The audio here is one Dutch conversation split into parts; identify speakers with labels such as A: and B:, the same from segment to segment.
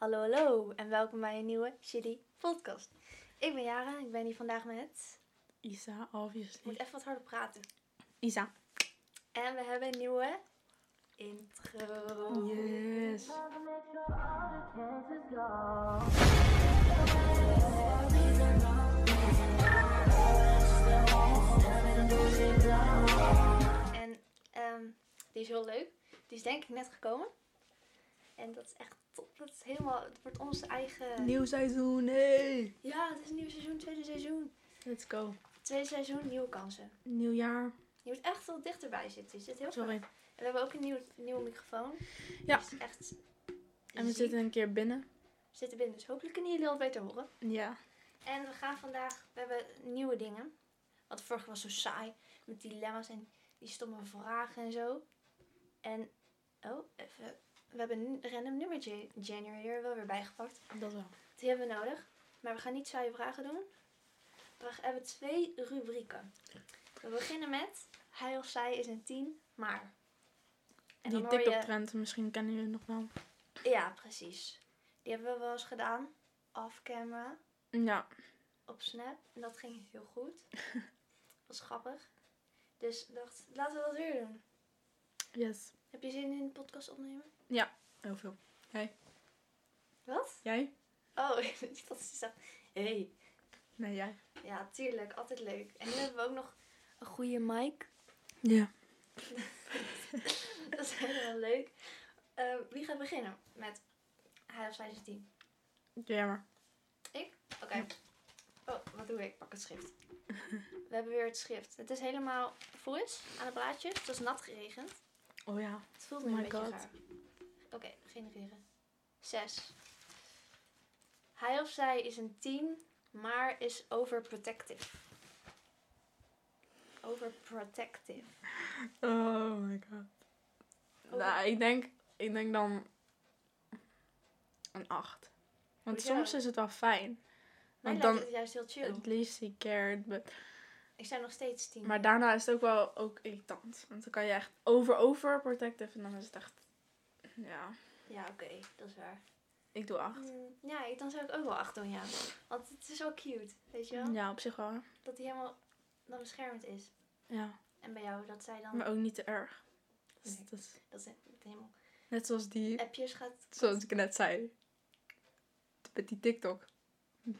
A: Hallo, hallo en welkom bij een nieuwe Shitty Podcast. Ik ben Jara, ik ben hier vandaag met.
B: Isa,
A: Ik moet
B: obviously.
A: even wat harder praten.
B: Isa.
A: En we hebben een nieuwe intro.
B: Yes.
A: En ehm, die is heel leuk. Die is denk ik net gekomen. En dat is echt top. Dat is helemaal, het wordt ons eigen.
B: Nieuw seizoen, hey!
A: Ja, het is een nieuw seizoen, tweede seizoen.
B: Let's go.
A: Tweede seizoen, nieuwe kansen.
B: Nieuw jaar.
A: Je moet echt wel dichterbij zitten. Je zit heel
B: Sorry.
A: En we hebben ook een nieuw, nieuwe microfoon.
B: Ja.
A: Die is echt.
B: En we zitten een keer binnen.
A: zitten binnen, dus hopelijk kunnen jullie al beter horen.
B: Ja.
A: En we gaan vandaag, we hebben nieuwe dingen. Want de vorige was zo saai, met dilemma's en die stomme vragen en zo. En, oh, even, we hebben een random nummer ge- generator wel weer bijgepakt.
B: Dat wel.
A: Die hebben we nodig, maar we gaan niet saaie vragen doen. We g- hebben twee rubrieken. We beginnen met, hij of zij is een tien, maar. En
B: Die
A: dan hoor je-
B: TikTok-trend, misschien kennen jullie het nog wel.
A: Ja, precies. Die hebben we wel eens gedaan, off camera.
B: Ja.
A: op Snap. En dat ging heel goed. was grappig. Dus ik dacht, laten we dat weer doen.
B: Yes.
A: Heb je zin in een podcast opnemen?
B: Heel veel.
A: Wat?
B: Jij?
A: Oh, dat is zo. Hey.
B: Nee, jij.
A: Ja, tuurlijk. Altijd leuk. En nu hebben we ook nog een goede mic.
B: Ja.
A: dat is helemaal leuk. Eh, wie gaat beginnen met hij of zij zijn team?
B: Jammer.
A: Oké. Oh, wat doe ik? Ik Pak het schrift. We hebben weer het schrift. Het is helemaal fris aan de blaadjes. Het was nat geregend.
B: Oh ja.
A: Het voelt
B: Oh
A: me een
B: my
A: beetje
B: god.
A: raar. Oké, genereren. Zes. Hij of zij is een tien, maar is overprotective. Overprotective.
B: Oh my god. Nou, ik denk, ik denk dan een 8. Want
A: Hoezo?
B: soms is het wel fijn.
A: Mij lijkt
B: Want dan-
A: het juist heel chill.
B: At least he cared, but
A: Ik zijn nog steeds tien.
B: Maar daarna is het ook wel ook irritant. Want dan kan je echt over, over protective. En dan is het echt... Ja,
A: Ja, oké, dat is waar.
B: ik doe acht.
A: Mm, ja, ik- dan zou ik ook wel acht doen, ja. Want het is wel cute, weet je wel?
B: Ja, op zich wel. hè.
A: Dat hij helemaal dan beschermd is.
B: Ja,
A: En bij jou, dat zij dan...
B: maar ook niet te erg. Dat is,
A: Nee.
B: dat is-
A: Dat ze helemaal
B: net zoals die...
A: appjes gaat...
B: Zoals ik net zei. Met die TikTok.
A: Huh,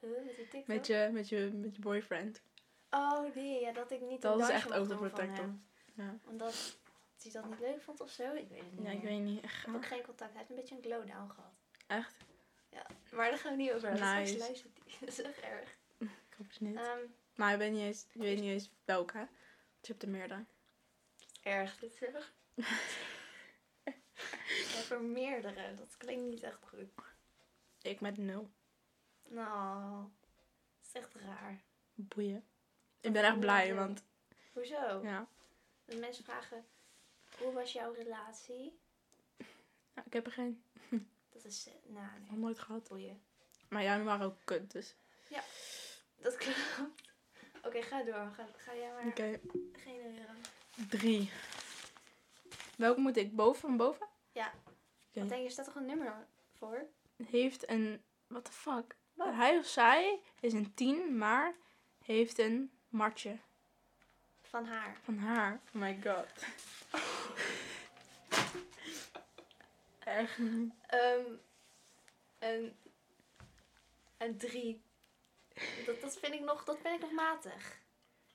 A: met die TikTok.
B: Met je, met je, met je boyfriend.
A: Oh nee, ja, dat ik niet
B: Dat
A: een
B: is
A: dansje
B: echt
A: mocht doen van
B: overprotective.
A: hem.
B: Ja,
A: Omdat hij dat niet leuk vond of zo. Ik weet het niet
B: ja ik
A: meer.
B: weet niet.
A: Ik heb ook
B: Echt.
A: geen contact. Hij heeft een beetje een glowdown gehad.
B: Echt?
A: Maar daar gaan we niet over. hebben.
B: Nice.
A: Straks luistert hij. Dat is echt erg.
B: Ik hoop het niet.
A: Ehm,
B: Maar je weet niet eens, je weet niet eens welke. hè. Want je hebt er meerdere.
A: erg. Dit is erg. Ja, voor meerdere. Dat klinkt niet echt goed.
B: Ik met nul.
A: Nou, dat is echt raar.
B: Boeien.
A: Dat
B: Ik ben echt
A: vind ik
B: blij,
A: leuk.
B: want...
A: Hoezo?
B: Ja.
A: Dat mensen vragen, hoe was jouw relatie?
B: Ja, ik heb er geen.
A: Dat is, eh, nou
B: Nog
A: nee,
B: nooit gehad.
A: boeien.
B: Maar jij waren ook kut, dus...
A: Dat klopt. Oké, ga door. Ga, ga jij maar
B: Oké,
A: genereren.
B: drie. Welke moet ik? Boven en boven?
A: Ja.
B: Oké.
A: Wat denk je, staat toch een nummer voor?
B: Heeft een... What the fuck?
A: Wat?
B: Hij of zij is een tien, maar heeft een matje
A: Van haar.
B: van haar. Oh my god. Echt niet.
A: Ehm een, een drie. Dat, dat, vind ik nog, dat vind ik nog matig.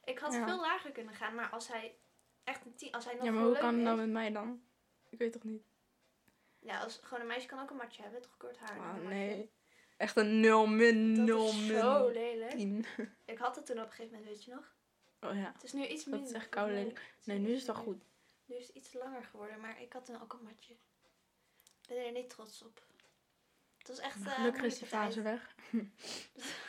A: Ik had
B: Ja.
A: veel lager kunnen gaan, maar als hij echt een tien... Als hij nog
B: Ja, maar
A: heel
B: hoe
A: leuk
B: kan het dan
A: is-
B: met mij dan? Ik weet toch niet?
A: Ja, als, gewoon een meisje kan ook een matje hebben, toch kort haar. en
B: Oh
A: een matje.
B: nee. Echt een nul min,
A: Dat
B: nul
A: is zo
B: min.
A: lelijk.
B: Tien.
A: Ik had het toen op een gegeven moment, weet je nog?
B: Oh ja.
A: Het is nu iets
B: Dat is
A: minder.
B: echt koude
A: Nee,
B: lelijk.
A: het
B: Nee, nu is het wel
A: minder.
B: goed.
A: Nu is het iets langer geworden, maar ik had toen ook een matje. Ik ben er niet trots op. Het was echt... eh,
B: Nou, Gelukkig is
A: moeilijke
B: die fase
A: tijd.
B: weg.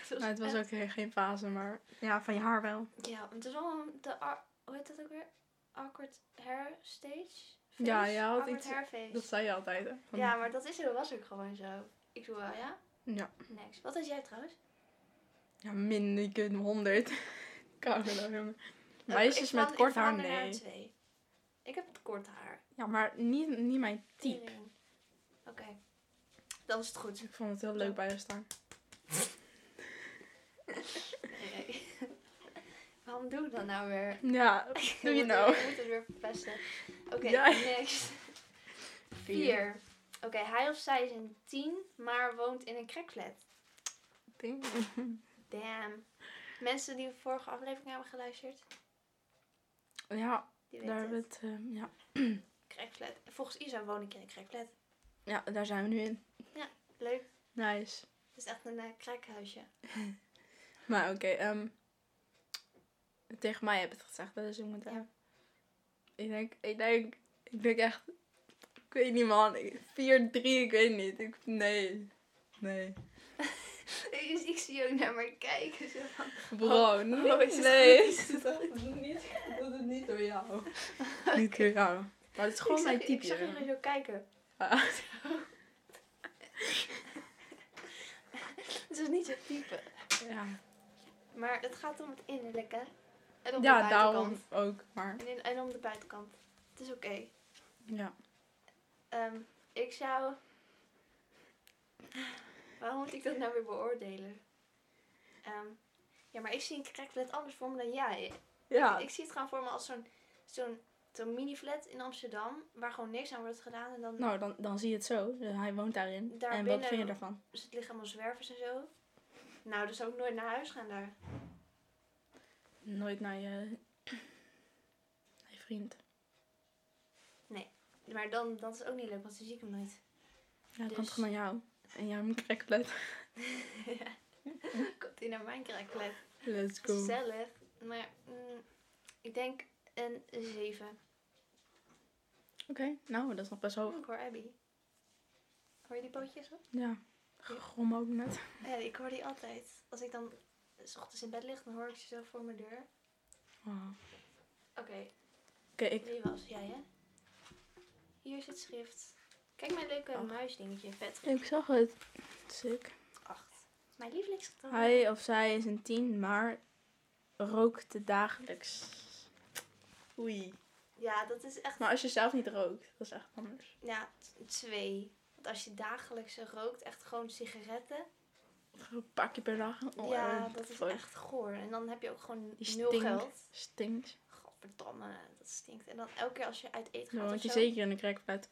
A: Het
B: Nou, het was
A: echt-
B: ook he- geen fase, maar ja, van je haar wel.
A: Ja, het is wel een- de... ar- Hoe heet dat ook weer? Awkward hair stage? Face?
B: Ja, ja, had
A: Awkward
B: iets-
A: hair face.
B: Dat zei je altijd, hè? Van-
A: Ja, maar dat is er, was ook gewoon zo. Ik doe wel, ja?
B: Ja,
A: Niks. Wat is jij trouwens?
B: ja min, ik een 100. Koude lul, jongen.
A: Eh, ik
B: Meisjes
A: veran-
B: met kort
A: ik
B: haar,
A: verander naar een
B: nee.
A: twee. Ik heb het kort haar.
B: Ja, maar niet, niet mijn type.
A: Tering. Oké. dan is het goed.
B: Dus Ik vond het heel leuk bij haar staan.
A: Nee. Waarom doe ik dat nou weer?
B: Ja,
A: We
B: doe je
A: moeten-
B: nou.
A: We moeten het weer verpesten. Oké,
B: Ja.
A: next. Vier. Oké, hij of zij is een tien, maar woont in een crackflat.
B: Ding.
A: Damn. Mensen die de vorige aflevering hebben geluisterd,
B: Ja,
A: die weten
B: daar hebben we
A: het.
B: het, ehm, ja.
A: Crackflat. Volgens Isa woon ik in een crackflat.
B: ja, daar zijn we nu in.
A: Leuk.
B: Nice.
A: Het is echt een eh, crackhuisje.
B: Maar oké, ehm, tegen mij heb je het gezegd, dat is ik moet
A: Ja.
B: hebben. Ik denk, ik denk, ik denk echt, ik weet niet man, 4-3, ik weet niet. Ik, nee, nee.
A: Dus ik zie ook naar me kijken. Zo van,
B: Bro,
A: oh, is het
B: nee.
A: goed? Is het goed?
B: niet, dat is niet door jou. Niet door jou. Maar het is
A: Ik
B: gewoon
A: zag,
B: mijn
A: ik zag
B: type.
A: jullie zo kijken.
B: Ja.
A: Het is niet zo type.
B: Ja,
A: Maar het gaat om het innerlijke. En om de
B: ja
A: buitenkant.
B: daarom ook, maar
A: En, in- en om de buitenkant. Het is oké.
B: ja.
A: Ehm, ik zou... Waarom moet ik dat nou weer beoordelen? Ehm, ja, maar ik zie een crackflat anders voor me dan jij.
B: Ja,
A: Ik zie het gewoon voor me als zo'n zo'n zo'n mini-flat in Amsterdam. Waar gewoon niks aan wordt gedaan. En dan
B: nou dan, dan zie je het zo. Hij woont daarin.
A: Daar
B: en wat
A: binnen-
B: vind je daarvan?
A: Dus het liggen allemaal zwervers en zo. Nou, dus ook nooit naar huis gaan daar.
B: Nooit naar je, naar je vriend.
A: Maar dan, dat is ook niet leuk, want dan zie ik hem nooit.
B: Ja,
A: Dus-
B: komt gewoon naar jou. En jij moet cracklet.
A: Komt hij naar mijn cracklet.
B: Let's go.
A: Gezellig. Maar mm, ik denk een 7.
B: Oké, nou, dat is nog best hoog.
A: Oh, ik hoor Abby. Hoor je die pootjes? hoor?
B: Ja, grom ook net.
A: Ja, ik hoor die altijd. Als ik dan s ochtends in bed lig, dan hoor ik ze zo voor mijn deur.
B: Wow.
A: Oké,
B: Oh. Oké, ik...
A: wie was jij, hè? Hier is het schrift. Kijk mijn leuke
B: Acht.
A: muisdingetje, vet.
B: ik zag het. Sick.
A: 8. Mijn lievelingsgetal.
B: Hij of zij is een tien, maar rookt dagelijks. Oei.
A: Ja, dat is echt
B: Maar als je zelf niet rookt, dat is echt anders.
A: Ja, t- twee. Want als je dagelijks rookt, echt gewoon sigaretten.
B: Of Een pakje per dag. Oh,
A: ja,
B: eh,
A: dat is
B: fuck.
A: echt goor. En dan heb je ook gewoon
B: Die
A: nul
B: stink.
A: geld.
B: Stinkt.
A: Godverdamme, dat stinkt. En dan elke keer als je uit eten
B: Dan
A: gaat
B: word je
A: of zo.
B: zeker in een crackpad.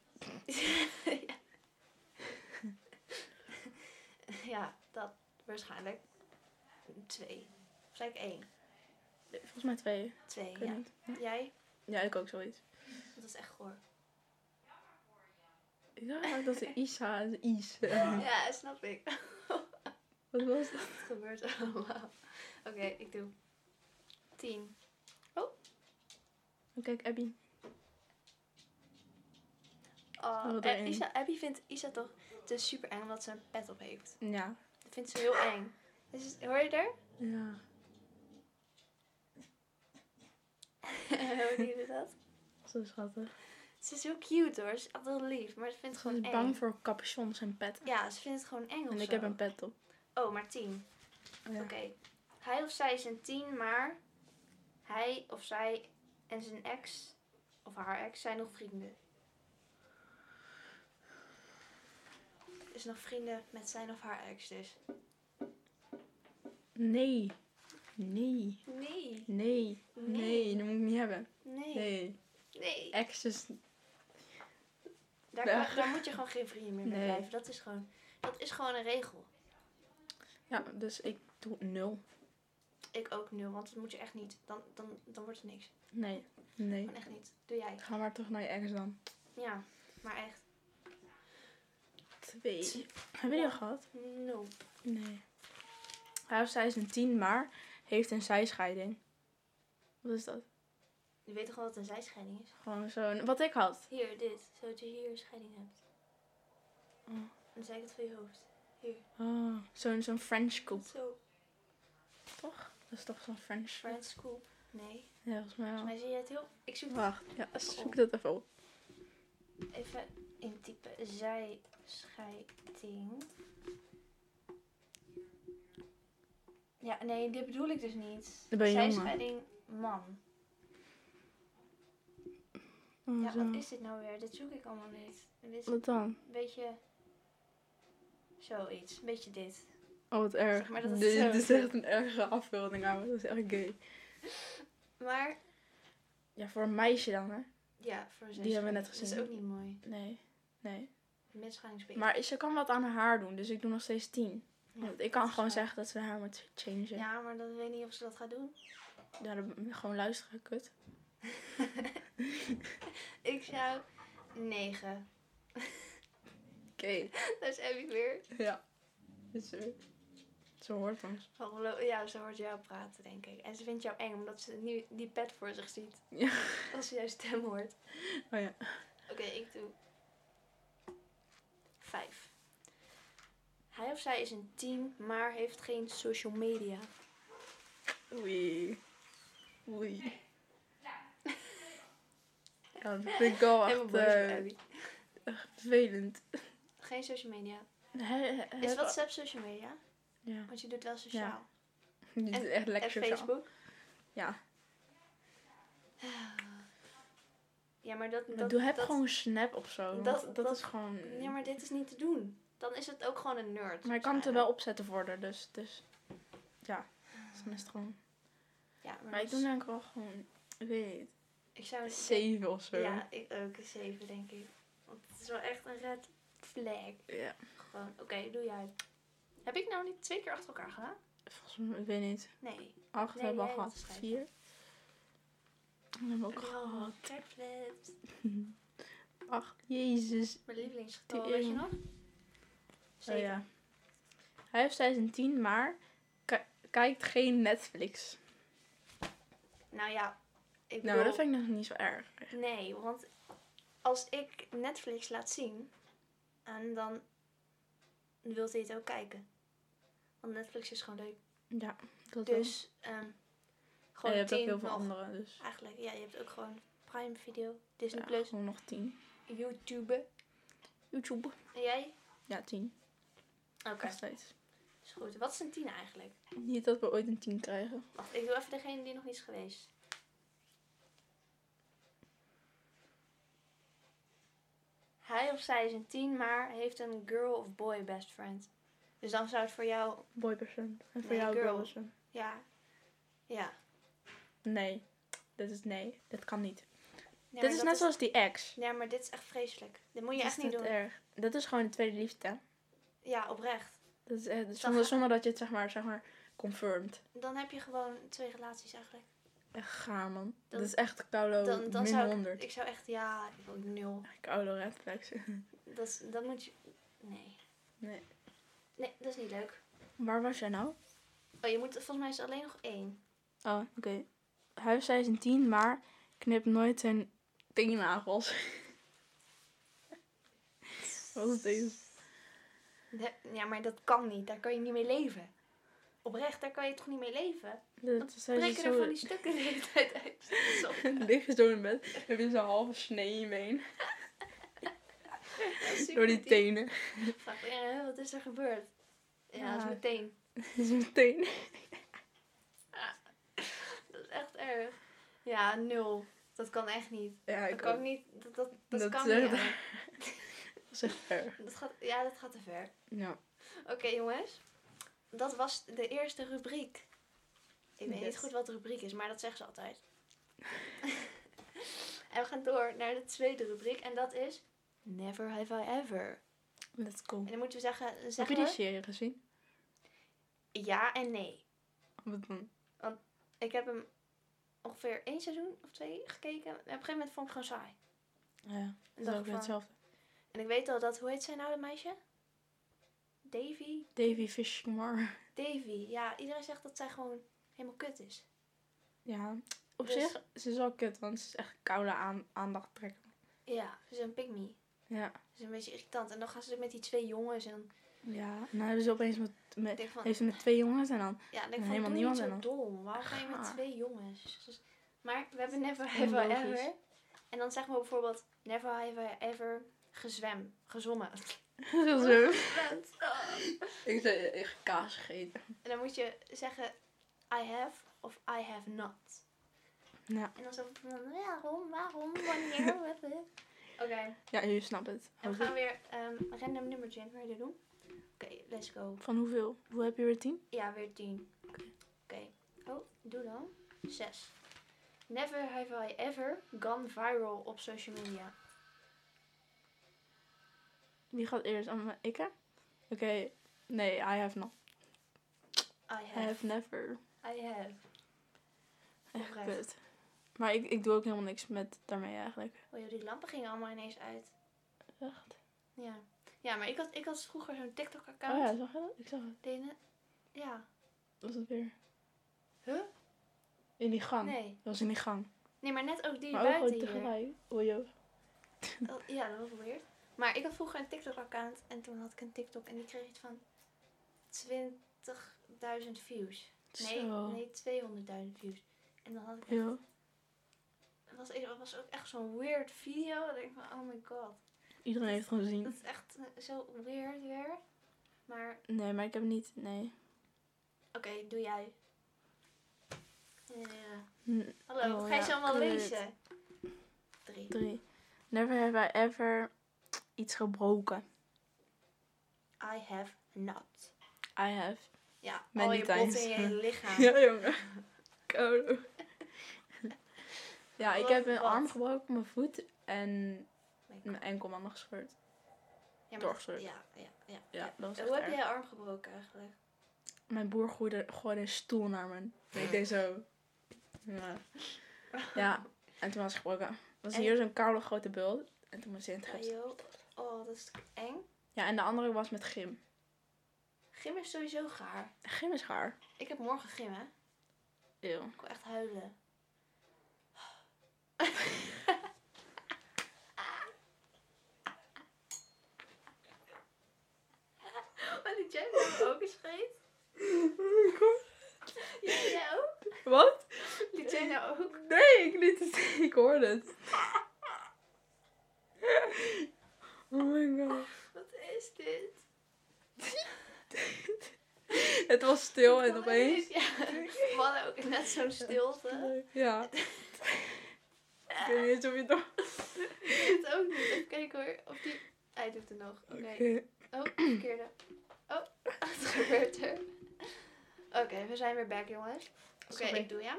A: ja. ja, dat waarschijnlijk. Twee. Of zei ik één?
B: Volgens mij twee. Ik
A: Twee,
B: weet
A: ja.
B: niet.
A: Jij?
B: Ja, ik ook zoiets.
A: Dat is echt goor.
B: Ik dacht eigenlijk dat de Isa, de Is.
A: Ja, snap ik.
B: Wat was dat?
A: Het gebeurt allemaal. Oké, ik doe. Tien.
B: Kijk, Abby.
A: Oh,
B: Oh,
A: eh,
B: erin.
A: Isa, Abby vindt Isa toch te super eng omdat ze een pet op heeft.
B: Ja.
A: Dat vindt ze heel eng. Dus, is- hoor je er?
B: Ja.
A: Hoor je dat?
B: Zo schattig.
A: Ze is heel cute hoor. Ze is altijd heel lief. Maar ze vindt het
B: Ze
A: gewoon
B: is
A: eng.
B: bang voor capuchons en pet.
A: Ja, ze vindt het gewoon eng of
B: En ik
A: zo.
B: heb een pet op.
A: Oh, maar tien.
B: Ja.
A: Oké. Hij of zij is een tien, maar hij of zij en zijn ex of haar ex zijn nog vrienden. Is nog vrienden met zijn of haar ex dus.
B: Nee. Nee.
A: Nee.
B: Nee. Nee, dat moet ik niet hebben.
A: Nee. Nee.
B: Nee.
A: nee.
B: Exes.
A: Daar,
B: Ja.
A: kan- daar moet je gewoon geen vrienden meer mee
B: Nee.
A: blijven. Dat is, gewoon, dat is gewoon een regel.
B: Ja, dus ik doe nul.
A: Ik ook nu, want dat moet je echt niet. Dan, dan, dan wordt het niks.
B: Nee. Nee.
A: Gewoon echt niet. Doe jij.
B: Ga maar terug naar je ex dan.
A: Ja, maar echt.
B: Twee. Hebben jullie al gehad?
A: No.
B: Nee. Hij of zij is een tien, maar heeft een zijscheiding. Wat is dat?
A: Je weet toch wel wat een zijscheiding is?
B: Gewoon zo'n... Wat ik had.
A: Hier, dit. Zodat je hier een scheiding hebt.
B: Oh.
A: Dan zei ik het van je hoofd. Hier.
B: Oh, zo'n zo'n French coupe.
A: Zo.
B: Toch? Dat is toch zo'n French
A: Friend scoop. Nee.
B: Ja, volgens mij wel.
A: Volgens mij zie je het heel... Ik zoek
B: Wacht, ja, zoek dat even op.
A: even intypen. Zijscheiding. Ja, nee, dit bedoel ik dus niet.
B: Dan ben je jonger.
A: Zijscheiding man.
B: Oh,
A: Ja,
B: zo.
A: wat is dit nou weer? Dit zoek ik allemaal niet. Dit is
B: Wat Oh, dan?
A: een beetje Zoiets. Een beetje dit.
B: Oh, wat erg.
A: Zeg maar dat het
B: dit,
A: zo-
B: dit is echt een erge afbeelding, ouwe. Dat is echt gay.
A: Maar
B: Ja, voor een meisje dan, hè?
A: ja, voor een
B: Die
A: zes-
B: hebben we net
A: Dat
B: gezien.
A: is ook niet mooi.
B: Nee. Nee.
A: Misgangsbeet.
B: Maar ze kan wat aan haar haar doen, dus ik doe nog steeds 10. Want ik kan gewoon zeggen dat ze haar moet changen. Ja.
A: Ja, maar dan weet ik niet of ze dat gaat doen.
B: dan gewoon luisteren, kut.
A: Ik zou 9.
B: Oké.
A: Dat is Abby weer.
B: Ja. Dus, zo. zo hoort ons.
A: Hallo- Ja, ze hoort jou praten, denk ik. En ze vindt jou eng, omdat ze nu die pet voor zich ziet.
B: Ja.
A: Als ze jouw stem hoort.
B: Oh ja.
A: Oké, ik doe 5. Hij of zij is een team, maar heeft geen social media.
B: Oei. Oei. Ja, dat vind ik wel
A: Helemaal boos
B: echt
A: op
B: eh,
A: Abby.
B: vervelend.
A: Geen social media.
B: He-
A: Is
B: he-
A: WhatsApp social media?
B: Ja.
A: Want je doet wel sociaal.
B: Dit is echt lekker
A: En
B: sociaal.
A: Facebook?
B: Ja.
A: Ja, maar dat...
B: Maar
A: dat,
B: Doe, heb
A: dat-
B: gewoon Snap of zo. want
A: dat-
B: Dat,
A: dat-
B: is gewoon...
A: Ja, maar dit is niet te doen. Dan is het ook gewoon een nerd.
B: Maar ik kan het er
A: bijna.
B: wel opzetten voor haar, dus, dus ja, dus dan is het gewoon.
A: Ja, maar,
B: Maar
A: dat
B: ik doe
A: is-
B: denk ik wel gewoon, ik weet niet,
A: ik zou een
B: 7 of zo.
A: Ja, ik ook een 7 denk ik. Want het is wel echt een red flag.
B: Ja,
A: Gewoon, oké, doe jij. Heb ik nou niet twee keer achter elkaar gedaan?
B: volgens mij, ik weet niet.
A: Nee.
B: 8
A: Nee,
B: hebben we
A: jij
B: al gehad,
A: moet schrijven.
B: 4. En hebben we ook
A: Oh,
B: gehad.
A: crackflaps.
B: 8, jezus.
A: Mijn lievelingsgetal,
B: Die
A: weet je
B: ene.
A: nog?
B: Oh
A: Zeven.
B: ja. Hij heeft zij een 10, maar ki- kijkt geen Netflix.
A: Nou ja, ik
B: Nou, dat
A: bedoel-
B: vind ik nog niet zo erg.
A: Nee, want als ik Netflix laat zien, en dan wilt hij het ook kijken. Want Netflix is gewoon leuk.
B: Ja, dat dus,
A: Dus, ehm
B: wel.
A: gewoon
B: En je hebt ook
A: tien
B: heel veel
A: nog.
B: andere, dus.
A: Eigenlijk, ja, je hebt ook gewoon Prime Video, Disney
B: Ja,
A: Plus,
B: gewoon nog 10.
A: YouTube.
B: YouTube.
A: En jij?
B: Ja, 10.
A: Oké.
B: Nog steeds.
A: Is goed. Wat is een 10 eigenlijk?
B: Niet dat we ooit een 10 krijgen.
A: Wacht, ik doe even degene die nog niet is geweest. Hij of zij is een 10, maar heeft een girl of boy best friend. Dus dan zou het voor jou,
B: Boy percent. En voor
A: Nee,
B: jou
A: girl.
B: girl percent.
A: ja. Ja.
B: Nee. Dat is nee. Dat kan niet.
A: Nee,
B: dat
A: maar
B: is net zoals die ex.
A: Ja, maar dit is echt vreselijk. Dit moet je
B: Dat
A: echt
B: is
A: niet
B: net eh,
A: doen.
B: erg. Dat is gewoon de tweede liefde. hè?
A: Ja, oprecht.
B: Dat is echt,
A: Dan
B: zonder,
A: ga-
B: zonder dat je het zeg maar, zeg maar confirmed.
A: Dan heb je gewoon twee relaties eigenlijk.
B: Echt gaar man.
A: Dan-
B: dat is echt koulo
A: Dan, dan
B: Oh, min
A: zou ik,
B: 100.
A: ik zou echt, ja, ik wil nul.
B: Koulo red flags.
A: Dat, is- dat moet je, nee.
B: nee.
A: Nee, dat is niet leuk.
B: Waar was jij nou?
A: Oh, je moet, volgens mij is er alleen nog één.
B: Oh, oké. Hij of zij is een 10, maar knipt nooit zijn teennagels. Wat is deze?
A: De- ja, maar dat kan niet. Daar kan je niet mee leven. Oprecht, daar kan je toch niet mee leven?
B: Dat is
A: Breken er van die stukken de hele tijd uit. Sorry,
B: Lig je zo in bed, heb je zo'n halve snee in je been.
A: dat is super
B: Door die
A: diep.
B: tenen.
A: Vraag, ja, wat is er gebeurd? Ja,
B: Ja.
A: dat is meteen.
B: Zijn tenen.
A: Ah. Dat is echt erg. Ja, nul. Dat kan echt niet.
B: Ja,
A: Dat kan niet. Dat, dat, dat,
B: Dat
A: kan
B: is
A: niet.
B: echt-
A: hè.
B: Dat is echt erg.
A: Dat gaat, ja, dat gaat te ver.
B: Ja.
A: Oké, jongens. Dat was de eerste rubriek. Ik weet niet
B: Yes.
A: goed wat de rubriek is, maar dat zeggen ze altijd. en we gaan door naar de tweede rubriek. En dat is... Never have I ever.
B: Let's go.
A: En dan moeten we zeggen...
B: Heb je
A: zeggen
B: die
A: we
B: serie gezien?
A: ja en nee.
B: Wat dan?
A: Ik heb hem ongeveer één seizoen of twee gekeken. En op een gegeven moment vond ik het gewoon saai.
B: Ja,
A: En,
B: dat is
A: dacht
B: ook
A: ik
B: weer
A: van-
B: hetzelfde.
A: en ik weet al dat... Hoe heet zij nou, dat meisje? Davy?
B: Davy Fishmore.
A: Davy. Ja, iedereen zegt dat zij gewoon helemaal kut is.
B: Ja. Op
A: Dus-
B: zich, ze is wel kut, want ze is echt koude aan, aandacht trekken.
A: Ja, ze is een pygmy.
B: Ja.
A: Dat is een beetje irritant. En dan gaan ze met die twee jongens en dan
B: Ja. En dan hebben ze opeens met, met,
A: denk ik van...
B: heeft ze met twee jongens en dan...
A: Ja, dan denk ik
B: helemaal
A: van, doe niet
B: niemand
A: zo
B: en dan-
A: dom. Waarom ga je met
B: Gaar.
A: twee jongens? Dus- Maar we hebben Never
B: is
A: Have I
B: onlogisch.
A: Ever. En dan zeggen we bijvoorbeeld Never Have I Ever gezwem, gezongen.
B: zo.
A: Gezwemd. Oh.
B: Ik zei echt kaas gegeten.
A: en dan moet je zeggen I have of I have not.
B: Ja.
A: En dan zo van waarom, waarom, wanneer, wat, wat. Oké,
B: Ja, je snapt het.
A: en we
B: Hoop ik.
A: gaan weer ehm random nummertje in. Wil je dit doen? Oké, let's go.
B: Van hoeveel? Hoe heb je weer tien?
A: Ja, weer 10. Oké. Oh, doe dan. 6. Never have I ever gone viral op social media.
B: Wie gaat eerst? Amma- Ik hè? Oké. Nee, I have not.
A: I
B: I
A: have.
B: have never.
A: I have.
B: Echt
A: Oprecht.
B: kut. Maar ik, ik doe ook helemaal niks met daarmee eigenlijk.
A: Oh joh, die lampen gingen allemaal ineens uit.
B: Echt?
A: Ja. Ja, maar ik had, ik had vroeger zo'n TikTok-account.
B: Oh ja, zag je dat? Ik zag het.
A: Deed je- Ja.
B: Was het weer?
A: Huh?
B: In die gang.
A: Nee.
B: Dat was in die gang.
A: Nee, maar net ook die
B: maar ook
A: buiten
B: gewoon
A: hier.
B: tegelijk. Oh joh.
A: Oh, ja, dat was weird. Maar ik had vroeger een TikTok-account en toen had ik een TikTok en die kreeg iets van 20.000 views. Nee,
B: Zo.
A: nee 200.000 views. En dan had ik
B: Joh.
A: Het was, het was ook echt zo'n weird video. Dat ik denk van, oh my god.
B: Iedereen heeft het
A: Dat
B: gezien.
A: is echt eh, zo weird weer. Maar
B: Nee, maar ik heb niet. Nee.
A: oké, doe jij. Eh,
B: Hm,
A: hallo,
B: Oh
A: wat ga je
B: ja,
A: ze allemaal
B: kut.
A: lezen? Drie.
B: Drie. Never have I ever iets gebroken.
A: I have not.
B: I have.
A: Ja,
B: Many
A: al je
B: times.
A: botten in je hele lichaam.
B: Ja, jongen. Koude. Ja, ik
A: Wat-
B: heb mijn
A: wat?
B: arm gebroken, mijn voet en
A: Mijn
B: mijn enkelman nog gescheurd.
A: Ja, maar dat-
B: Doorgeschroefd.
A: ja, ja, ja.
B: Ja,
A: ja.
B: dat was echt
A: Hoe heb
B: erg.
A: jij je arm gebroken eigenlijk?
B: Mijn boer gooide gewoon een stoel naar me. En ik deed zo. Ja. ja, en toen was ik gebroken. Was
A: En-
B: hier zo'n koude grote bult. En toen was hij in het
A: Ja,
B: gips.
A: joh. Oh, dat is eng.
B: Ja, en de andere was met gym.
A: Gym is sowieso gaar.
B: Gym is haar.
A: Ik heb morgen gym, hè.
B: Eeuw.
A: Ik wil echt huilen. Maar die Jen heeft ook een scheet. Jullie jij ook?
B: Wat?
A: Liet jij nou ook?
B: Nee, ik liet het. Ik hoorde het. Oh my god.
A: Wat is dit?
B: Het was stil en
A: Wat
B: opeens.
A: is- Ja, we hadden ook net zo'n stilte.
B: Ja. Ik weet niet eens of je het nog-
A: Ik weet ook niet. Even kijken hoor. Of die... Hij doet het nog. Oké. Oh, verkeerde. Oh, wat gebeurt er? Oké, we zijn weer back jongens. Oké,
B: Sorry.
A: ik doe ja.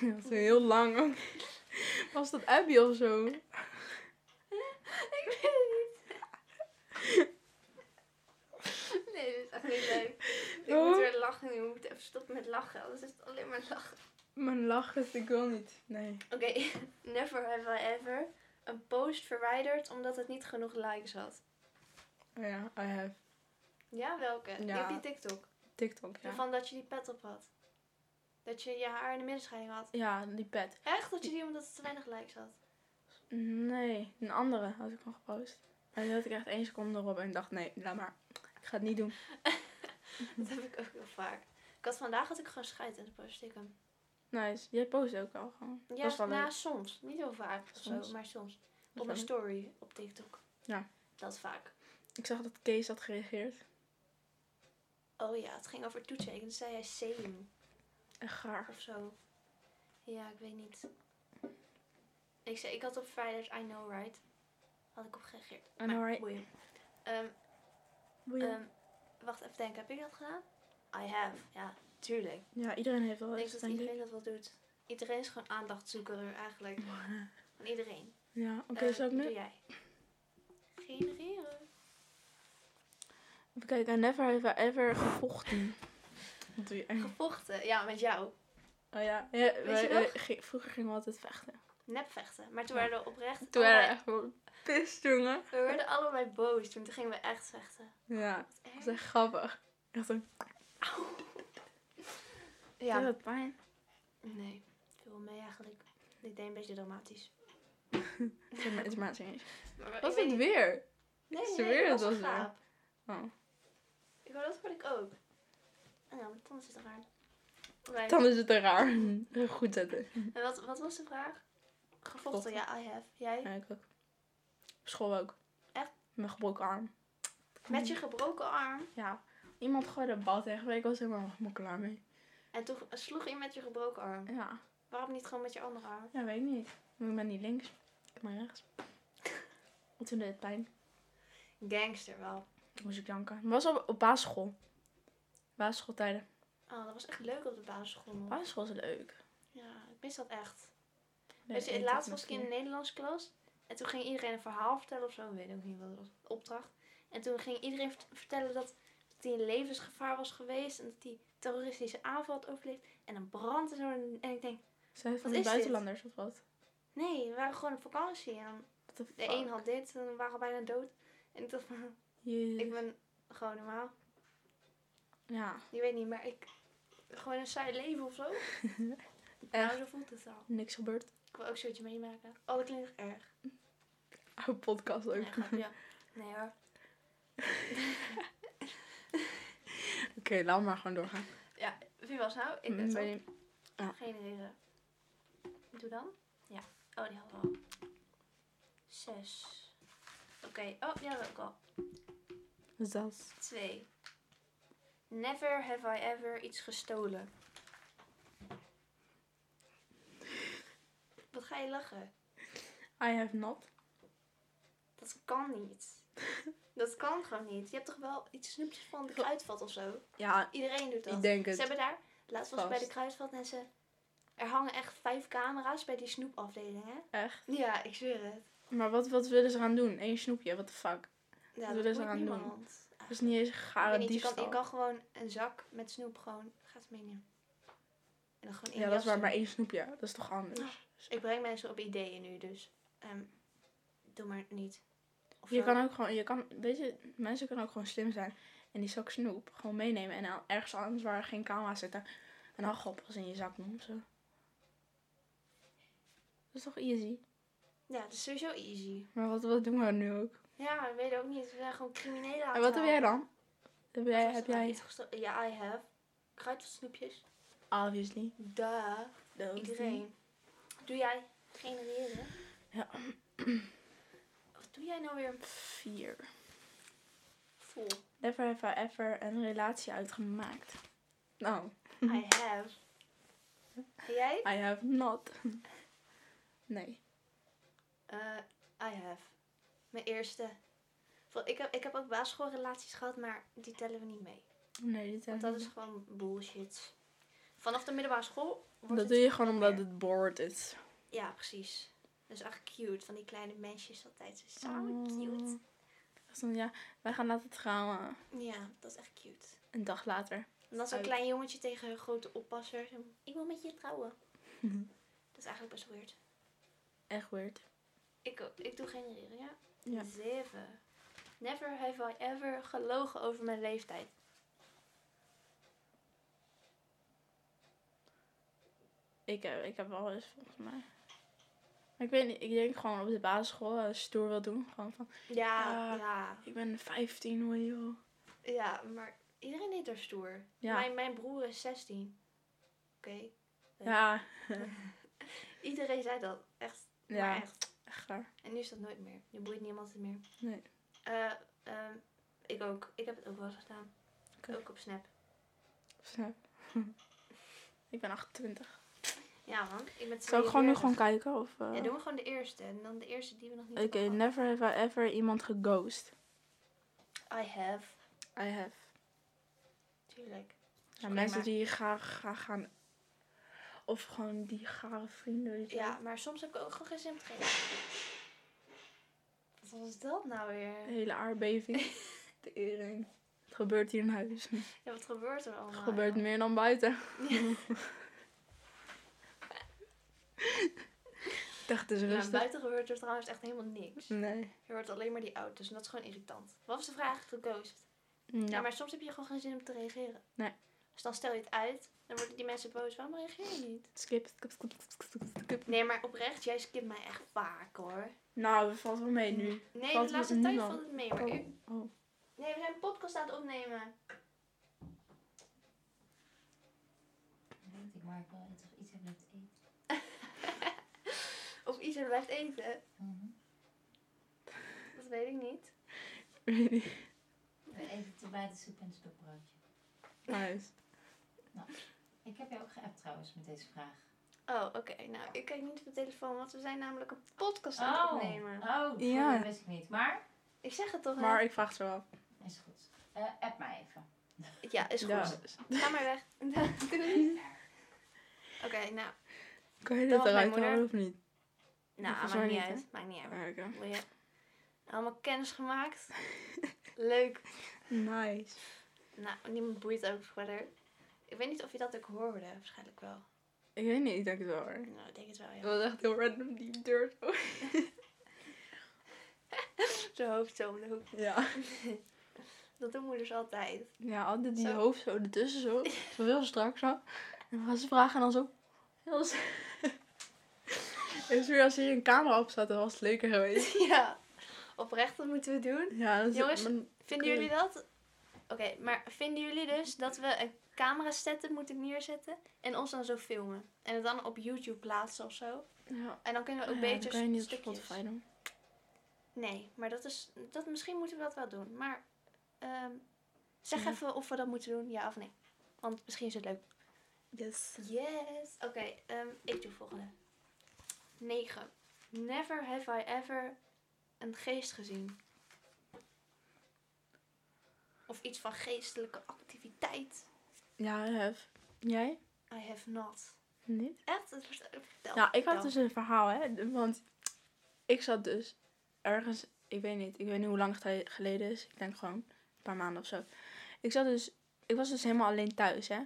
B: Ja, Dat is heel lang. ook. Was dat Abby of zo?
A: Ik weet het niet. Nee, dit is echt niet leuk. Ik moet
B: Oh.
A: weer lachen nu. Ik moet even stoppen met lachen. Anders is het alleen maar lachen.
B: Mijn lach is, ik wil niet. Nee.
A: Oké, never have I ever een post verwijderd omdat het niet genoeg likes had.
B: Oh Ja, I have
A: Ja, welke? Die
B: Ja.
A: op die TikTok.
B: TikTok, ja.
A: Van dat je die pet op had. Dat je je haar in de middenscheiding had.
B: Ja, die pet.
A: Echt dat je die omdat het te weinig likes had.
B: Nee, een andere had ik nog gepost. En toen had ik echt één seconde erop en dacht, nee, laat maar. Ik ga het niet doen.
A: Dat heb ik ook heel vaak. Ik had vandaag had ik gewoon scheid en dan post ik hem.
B: Nice. Jij post ook al gewoon.
A: Ja,
B: Dat is wel
A: nou,
B: leuk.
A: soms. Niet heel vaak of zo,
B: Soms.
A: maar soms.
B: Dat
A: Op
B: is
A: mijn
B: wel leuk.
A: story op TikTok.
B: Ja.
A: Dat vaak.
B: Ik zag dat Kees had gereageerd.
A: Oh ja, het ging over toetsen. En toen zei hij saying
B: Echt gaar.
A: of zo. Ja, ik weet niet. Ik, zei, ik had op Fridays I Know Right. Had ik op gereageerd.
B: I know
A: Maar
B: right.
A: boeien. Ehm,
B: Eh,
A: ehm, wacht even denken, heb ik dat gedaan? I have, ja, tuurlijk.
B: ja, iedereen heeft wel
A: Ik denk
B: eens,
A: dat
B: denk ik.
A: iedereen dat wel doet. Iedereen is gewoon aandachtzoeker eigenlijk. Van iedereen.
B: Ja, oké,
A: Eh,
B: zou ik nu?
A: doe jij. Genereren.
B: Even kijken, I never have I ever gevochten. Wat doe je eigenlijk?
A: Gevochten. Ja, met jou.
B: Oh ja, ja wij,
A: je
B: wij
A: nog?
B: ging- vroeger gingen we altijd vechten. Oh,
A: Nepvechten. Maar toen
B: Ja.
A: werden we oprecht...
B: Toen waren we
A: allebei-
B: echt gewoon pist, jongen.
A: we werden allebei boos. Toen gingen we echt vechten.
B: Ja,
A: Wat
B: dat
A: erg.
B: is echt grappig. Echt een
A: Ja.
B: dat pijn.
A: Nee. Veel mee eigenlijk. Ik deed een beetje dramatisch.
B: Het maakt niet.
A: Maar
B: Wat
A: ik
B: is
A: weet
B: het
A: niet-
B: weer?
A: Nee,
B: Is
A: nee,
B: er weer
A: dat
B: dat
A: was een
B: was er?
A: gaap.
B: Oh.
A: Ik wou dat hoorde ik ook. Ah, Nou, mijn tanden zitten raar. Right.
B: Dan is het er raar. Goed zetten.
A: En wat, wat was de vraag? Gevochten,
B: Gevochten.
A: ja, I have. Jij?
B: Ja, ik ook. Op school ook.
A: Echt?
B: Mijn gebroken arm.
A: Met je gebroken arm.
B: Ja. Iemand gooide een bal tegen me. Ik was helemaal helemaal klaar mee.
A: En toen sloeg je met je gebroken arm.
B: Ja.
A: Waarom niet gewoon met je andere arm?
B: Ja, weet ik niet. Ik ben niet links. Ik ben rechts. En toen deed het pijn.
A: Gangster wel.
B: Toen moest ik janken. Maar was op, op basisschool. Basisschooltijden.
A: Oh, dat was echt leuk op de basisschool. nog.
B: Basisschool is leuk.
A: Ja, ik mis dat echt.
B: Nee,
A: Weet je,
B: ik
A: het laatst
B: ook
A: was ik
B: niet.
A: in de Nederlands klas. En toen ging iedereen een verhaal vertellen of zo. Weet ik niet wat het was. Opdracht. En toen ging iedereen vert- vertellen dat dat hij in levensgevaar was geweest. En dat hij terroristische aanval had overleefd. En een brand en zo. En en ik denk,
B: Zijn het van
A: Wat
B: de
A: is dit?
B: buitenlanders of wat?
A: nee, we waren gewoon op vakantie. En
B: What the
A: de
B: fuck?
A: een had dit en we waren bijna dood. En ik dacht van,
B: Jezus.
A: ik ben gewoon normaal.
B: Ja,
A: Ik weet niet, maar ik... Gewoon een saai leven of zo. Nou,
B: echt.
A: zo voelt het al.
B: Niks gebeurd.
A: Ik wil ook zoiets meemaken. Oh, dat klinkt echt erg.
B: Oude podcast ook.
A: Nee, grapje. Ja. Nee hoor.
B: Oké, laat maar gewoon doorgaan.
A: Ja, wie was nou? Ik
B: Mm,
A: ben
B: bij
A: toch
B: die-
A: geen idee. Doe dan? Ja. Oh, die hadden we al. Zes. Oké, oh, die hadden we ook al.
B: Wat is Dus dat?
A: Twee. Never have I ever iets gestolen. Wat ga je lachen?
B: I have not.
A: Dat kan niet. Dat kan gewoon niet. Je hebt toch wel iets snoepjes van de kruidvat of zo?
B: Ja,
A: Iedereen doet dat.
B: ik denk het.
A: Ze hebben daar, laatst was ik bij de
B: Vast.
A: Kruisveld en ze, er hangen echt vijf camera's bij die snoepafdeling, hè?
B: Echt.
A: Ja, ik zweer het.
B: Maar wat, wat willen ze gaan doen? Eén snoepje, what the fuck?
A: Ja,
B: Wat willen
A: boeit
B: ze eraan doen?
A: niemand. Ah,
B: Dat is niet eens een
A: ik weet
B: gare
A: niet, je, kan,
B: diefstal.
A: je kan gewoon een zak met snoep gewoon, gaat het meenemen. En dan gewoon in
B: ja,
A: je
B: dat is
A: jas
B: waar, maar
A: doen.
B: één snoepje. Dat is toch
A: Ah,
B: anders?
A: Ik breng mensen op ideeën nu, dus ehm, doe maar niet. Of
B: Of je
A: zo.
B: kan ook gewoon, je kan, weet je, mensen kunnen ook gewoon slim zijn. En die zak snoep gewoon meenemen en dan ergens anders waar geen camera's zitten. En dan grappig in je zak doen of zo. Dat is toch easy?
A: Ja, het is sowieso easy.
B: Maar wat, wat doen we nu ook?
A: Ja, ik weet ook niet, we zijn gewoon criminelen aan
B: En wat
A: het
B: heb jij
A: halen.
B: dan? Heb jij,
A: Gisteren
B: heb jij
A: iets gestolen. Ja, I have. Kruidvatsnoepjes.
B: obviously.
A: Duh.
B: dat
A: Iedereen. Doe jij genereren?
B: Ja.
A: Wat doe jij nou weer
B: Vier.
A: vol?
B: Never have I ever een relatie uitgemaakt. Nou,
A: I have. En jij?
B: I have not. Nee.
A: Eh, I have. Mijn eerste. Wel, Ik heb, ik heb ook basisschoolrelaties gehad, maar die tellen we niet mee.
B: Nee, dit
A: Want dat is gewoon bullshit. Vanaf de middelbare school wordt
B: Dat
A: het...
B: doe je gewoon omdat
A: meer.
B: het bored is.
A: Ja, precies. Dat is echt cute. Van die kleine mensjes altijd. Ze zijn Zo
B: Oh.
A: cute.
B: Dat is dan, ja, wij gaan laten trouwen.
A: Ja, dat is echt cute.
B: Een dag later.
A: En dan zo'n
B: Uit.
A: klein jongetje tegen een grote oppasser. zo, Ik wil met je trouwen. dat is eigenlijk best weird.
B: Echt weird.
A: Ik, ik doe genereren, ja?
B: Ja.
A: Zeven. Never have I ever gelogen over mijn leeftijd.
B: Ik heb, ik heb wel eens volgens mij. Maar ik weet niet, ik denk gewoon op de basisschool eh, stoer wil doen. Gewoon van,
A: Ja,
B: Ja.
A: ja.
B: ik ben 15 hoor joh.
A: Ah. Ja, maar iedereen deed er stoer.
B: Ja.
A: Mijn, mijn broer is 16. Oké.
B: Ja,
A: Iedereen zei dat. Echt.
B: Ja.
A: Maar echt.
B: echt waar.
A: En nu is dat nooit meer. Nu boeit niemand het meer.
B: Nee.
A: Eh, ehm, ik ook. Ik heb het ook wel eens gedaan.
B: Oké.
A: Ook op Snap.
B: Snap. ik ben 28.
A: Ja, man. Ik ben
B: Zal ik gewoon nu
A: 42.
B: gewoon kijken? Of, eh,
A: Ja, doen we gewoon de eerste. En dan de eerste die we nog niet
B: Oké,
A: hebben gehad.
B: never have I ever iemand geghost.
A: I have.
B: I have.
A: Tuurlijk.
B: Ja,
A: Sorry,
B: mensen
A: maar-
B: die graag, graag gaan... Of gewoon die gare vrienden. weet je
A: Ja, maar soms heb ik ook gewoon geen zin om te geven. Wat was dat nou
B: wel.
A: weer?
B: Een hele aardbeving. De ering. Het gebeurt hier in huis.
A: Ja, wat gebeurt er allemaal?
B: het gebeurt
A: joh?
B: meer dan buiten.
A: Ja,
B: Ik dacht, het is
A: maar
B: rustig. Mm.
A: buiten gebeurt er trouwens echt helemaal niks.
B: nee.
A: Je hoort alleen maar die auto's en dat is gewoon irritant. Wat was de vraag? Geghost.
B: Ja.
A: Ja. maar soms heb je gewoon geen zin om te reageren.
B: Nee.
A: Dus dan stel je het uit, dan worden die mensen boos. Waarom reageer je niet?
B: Skip, skip, skip, skip, skip, skip.
A: Nee, maar oprecht, jij skipt mij echt vaak hoor.
B: Nou, dat valt wel mee nu.
A: Nee,
B: Valt
A: de laatste
B: het
A: tijd
B: nu al?
A: valt het mee. Maar
B: Oh.
A: u-
B: Oh.
A: Nee, we zijn een podcast aan het opnemen.
C: weet ik, maar ik wil toch iets hebben met eten.
A: Of Isa blijft eten. Dat weet ik niet.
B: Weet niet.
C: We eten Eh, te bij de soep en een stuk broodje.
B: Nice.
C: Ik heb jou ook geappt trouwens met deze vraag.
A: Oh, oké. Nou, ik kijk niet op de telefoon, want we zijn namelijk een podcast aan het opnemen.
C: oh sorry,
B: Ja.
C: dat wist ik niet. Maar
A: Ik zeg het toch, hè?
B: Maar ik vraag het zo af.
C: Is goed. Eh, app mij even.
A: Ja, is goed.
B: Ja.
A: Ga maar weg. Doei. Oké, nou.
B: Kan je
A: Dat was
B: dit
A: mijn
B: eruit
A: moeder.
B: halen of niet?
A: Nou,
B: volgens
A: maakt
B: mij
A: niet
B: niet,
A: uit. Maakt niet uit.
B: Ah, oké.
A: Wil je- Allemaal kennis gemaakt. Leuk.
B: Nice.
A: Nou, niemand boeit ook verder. Ik weet niet of je dat ook hoorde. Waarschijnlijk wel.
B: Ik weet niet, ik denk het wel hoor.
A: Nou, ik denk het wel,
B: Het
A: ja.
B: was echt heel random, die deur zo.
A: Zijn hoofd zo om de hoek.
B: Ja.
A: Dat doen moeders altijd.
B: Ja, altijd die
A: Zo.
B: hoofd zo ertussen zo. Zo heel strak zo. En dan gaan ze vragen en dan zo. Heel s- En zo als hier een camera op staat, dan was het leuker geweest.
A: ja. Oprecht, dat moeten we doen.
B: Ja, dat is-
A: Jongens,
B: maar-
A: Vinden
B: Oké.
A: jullie dat? Oké, maar vinden jullie dus dat we een camera zetten moeten neerzetten en ons dan zo filmen? En het dan op YouTube plaatsen of zo?
B: ja.
A: En dan kunnen we ook
B: Ja,
A: beter
B: Ah, dan kan je niet op
A: stukjes.
B: Spotify doen.
A: Nee, maar dat is, dat, misschien moeten we dat wel doen. Maar ehm, zeg
B: Ja.
A: even of we dat moeten doen, ja of nee. Want misschien is het leuk.
B: Yes.
A: Yes! Oké, ehm, ik doe volgende. 9. Never have I ever een geest gezien. Of iets van geestelijke activiteit.
B: Ja, Hef. Jij?
A: I have not.
B: Nee.
A: Echt? Het wordt- Vertel.
B: Nou, ik had
A: vertel.
B: dus een verhaal, hè. Want ik zat dus ergens, ik weet niet, ik weet niet hoe lang het ge- geleden is. Ik denk gewoon een paar maanden of zo. Ik zat dus, ik was dus helemaal alleen thuis, hè.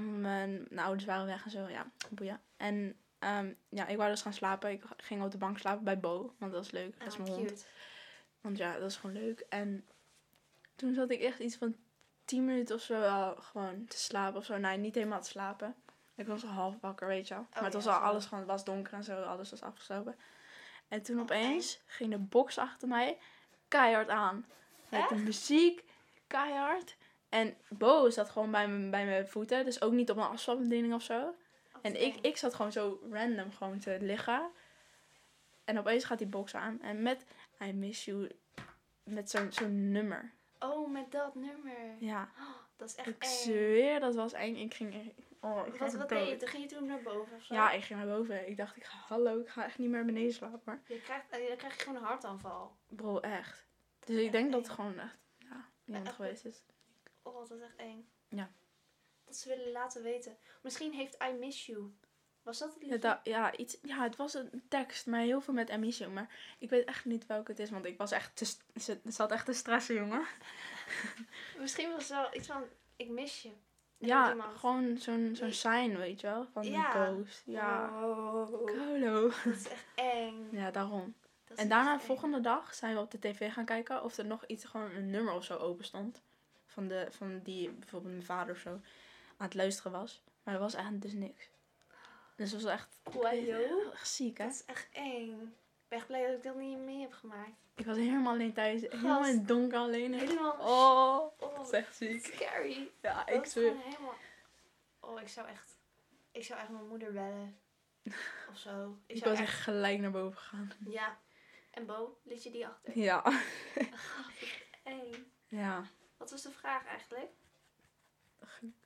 B: Mijn, mijn ouders waren weg en zo, ja, boeien. En ehm, ja, ik wou dus gaan slapen. Ik ging op de bank slapen bij Bo, want dat is leuk. Dat is
A: Ah,
B: mijn hond.
A: cute.
B: Want ja, dat is gewoon leuk. En toen zat ik echt iets van 10 minuten of zo al gewoon te slapen of zo. Nee, niet helemaal te slapen. Ik was al half wakker, weet je wel. maar het
A: Oh, ja,
B: was al
A: zo.
B: alles gewoon, het was donker en zo, alles was afgesloten. En
A: Oh,
B: toen opeens ging de box achter mij keihard aan. Met de muziek, keihard. En Bo zat gewoon bij mijn, bij mijn voeten, dus ook niet op een afstandsbediening of zo. En ik, ik zat gewoon zo random gewoon te liggen. En opeens gaat die box aan. En met I Miss You, met zo'n zo'n nummer.
A: Oh, met dat nummer.
B: Ja,
A: Oh, dat is echt
B: ik
A: eng.
B: zweer, dat was eng. Ik ging echt- Oh, ik
A: Wat,
B: was
A: wat
B: dood.
A: deed je? Toen ging je toen naar boven of zo?
B: Ja, ik ging naar boven. Ik dacht, ik ga, hallo, ik ga echt niet meer beneden slapen. Maar
A: Je krijgt, eh, dan krijg je gewoon een hartaanval.
B: bro, echt. Dus ik denk dat het gewoon echt ja, iemand
A: echt
B: geweest is.
A: Oh, dat is echt eng.
B: Ja.
A: Dat ze willen laten weten. Misschien heeft I Miss You. Was dat het
B: Ja,
A: liedje?
B: da- ja, iets, ja, het was een tekst, maar heel veel met emissie. Maar ik weet echt niet welke het is, want ik was echt te, st- ze- zat echt te stressen, jongen.
A: Misschien was het wel iets van, ik mis je. En
B: Ja,
A: dan iemand-
B: gewoon zo'n zo'n sign, weet je wel, van
A: Ja.
B: een ghost. Ja.
A: Oh,
B: Hallo.
A: dat is echt eng.
B: Ja, daarom.
A: Dat is
B: En daarna,
A: echt eng.
B: volgende dag, zijn we op de tv gaan kijken of er nog iets, gewoon een nummer of zo open stond. Van, de, van die bijvoorbeeld mijn vader of zo aan het luisteren was. Maar er was eigenlijk dus niks. Dus het was echt,
A: Wajo.
B: echt ziek, hè?
A: Dat is echt eng. Ik ben echt blij dat ik dat niet mee heb gemaakt.
B: Ik was helemaal alleen thuis, helemaal in het donker alleen.
A: Helemaal...
B: Oh,
A: oh,
B: dat is echt ziek.
A: scary.
B: Ja,
A: Dat
B: ik
A: is
B: zweer.
A: gewoon helemaal... Oh, ik zou echt... Ik zou echt mijn moeder bellen. Of zo. Ik,
B: Ik
A: zou
B: was
A: echt...
B: echt gelijk naar boven gegaan.
A: Ja. En Bo, liet je die achter?
B: Ja.
A: Eng.
B: Ja.
A: Wat was de vraag eigenlijk?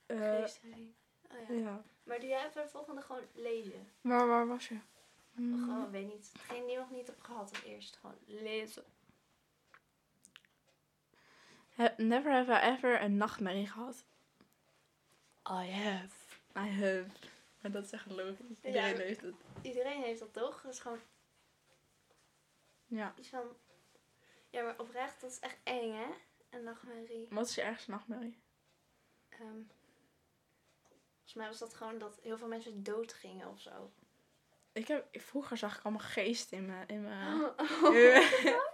B: Eh,
A: Geestgezien. Oh, ja.
B: ja.
A: Maar doe jij even de volgende gewoon lezen?
B: Waar, waar was je?
A: Of
B: Hmm.
A: Gewoon, weet niet. Geen die nog niet heb gehad als eerst. Gewoon lezen.
B: He- Never have I ever een nachtmerrie gehad.
A: I have.
B: I have. Maar dat is echt logisch.
A: Ja.
B: Iedereen heeft het.
A: Iedereen heeft dat toch? Dat is gewoon
B: Ja.
A: iets van... Ja, maar oprecht, dat is echt eng, hè? Een nachtmerrie.
B: Wat is je ergste nachtmerrie?
A: Ehm, volgens mij was dat gewoon dat heel veel mensen doodgingen of zo.
B: Ik heb, ik- vroeger zag ik allemaal geesten in mijn, in mijn, in
A: Oh.
B: mijn,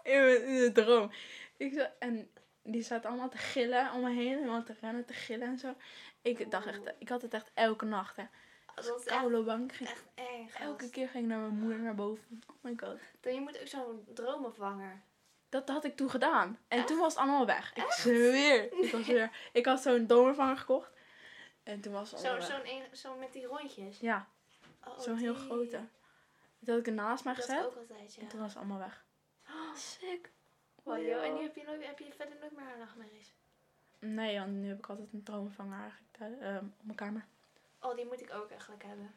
B: in mijn, in mijn droom. Ik zag, en die zaten allemaal te gillen om me heen. Helemaal te rennen, te gillen en zo. Ik dacht echt, ik had het echt elke nacht. Hè.
A: Dat Oh. is echt,
B: Koude bank. Ging,
A: echt eng. gast.
B: elke keer ging ik naar mijn moeder naar boven. Oh my god.
A: Dan, je moet ook zo'n dromenvanger.
B: Dat had ik toen gedaan. En toen was het allemaal weg. Ik zweer. Ik, was weer, ik had zo'n domervanger gekocht. En toen was het allemaal
A: Zo'n
B: weg.
A: zo'n een- zo'n met die rondjes.
B: Ja,
A: Oh,
B: zo'n heel
A: die.
B: grote. Dat had ik er naast mij
A: Dat
B: gezet.
A: ook altijd, ja. Ah,
B: En toen was het allemaal weg. Oh, Sick.
A: Oh, Wow, joh. En nu heb je, nooit, heb je verder nooit meer nachtmerries.
B: Nee, want nu heb ik altijd een droomvanger eigenlijk thuis, ehm, op mijn kamer.
A: Oh, die moet ik ook eigenlijk hebben.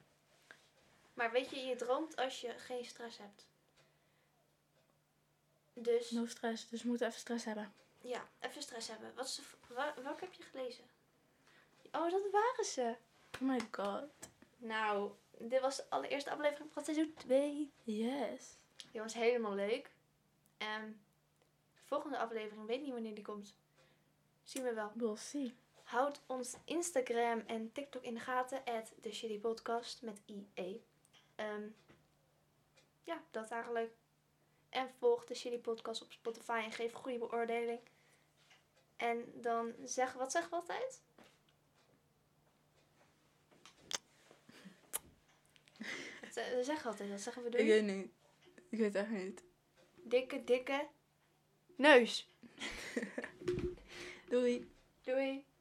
A: Maar weet je, je droomt als je geen stress hebt. Dus
B: No stress, dus we moeten even stress hebben.
A: Ja, even stress hebben. Wat is de, v- wa- welke heb je gelezen? Oh, dat waren ze.
B: Oh my god.
A: Nou, dit was de allereerste aflevering van seizoen 2.
B: Yes.
A: Die was helemaal leuk. En de volgende aflevering, weet niet wanneer die komt. Zien we wel.
B: We'll see.
A: Houd ons Instagram en TikTok in de gaten. At the Shitty Podcast met IE. Ehm, ja, dat eigenlijk. En volg de Shitty Podcast op Spotify en geef een goede beoordeling. En dan zeg, wat zeggen we altijd? Ze- We zeggen altijd, wat zeggen we
B: Ik
A: doen?
B: weet niet. Ik weet echt niet.
A: Dikke, dikke neus.
B: Doei.
A: Doei.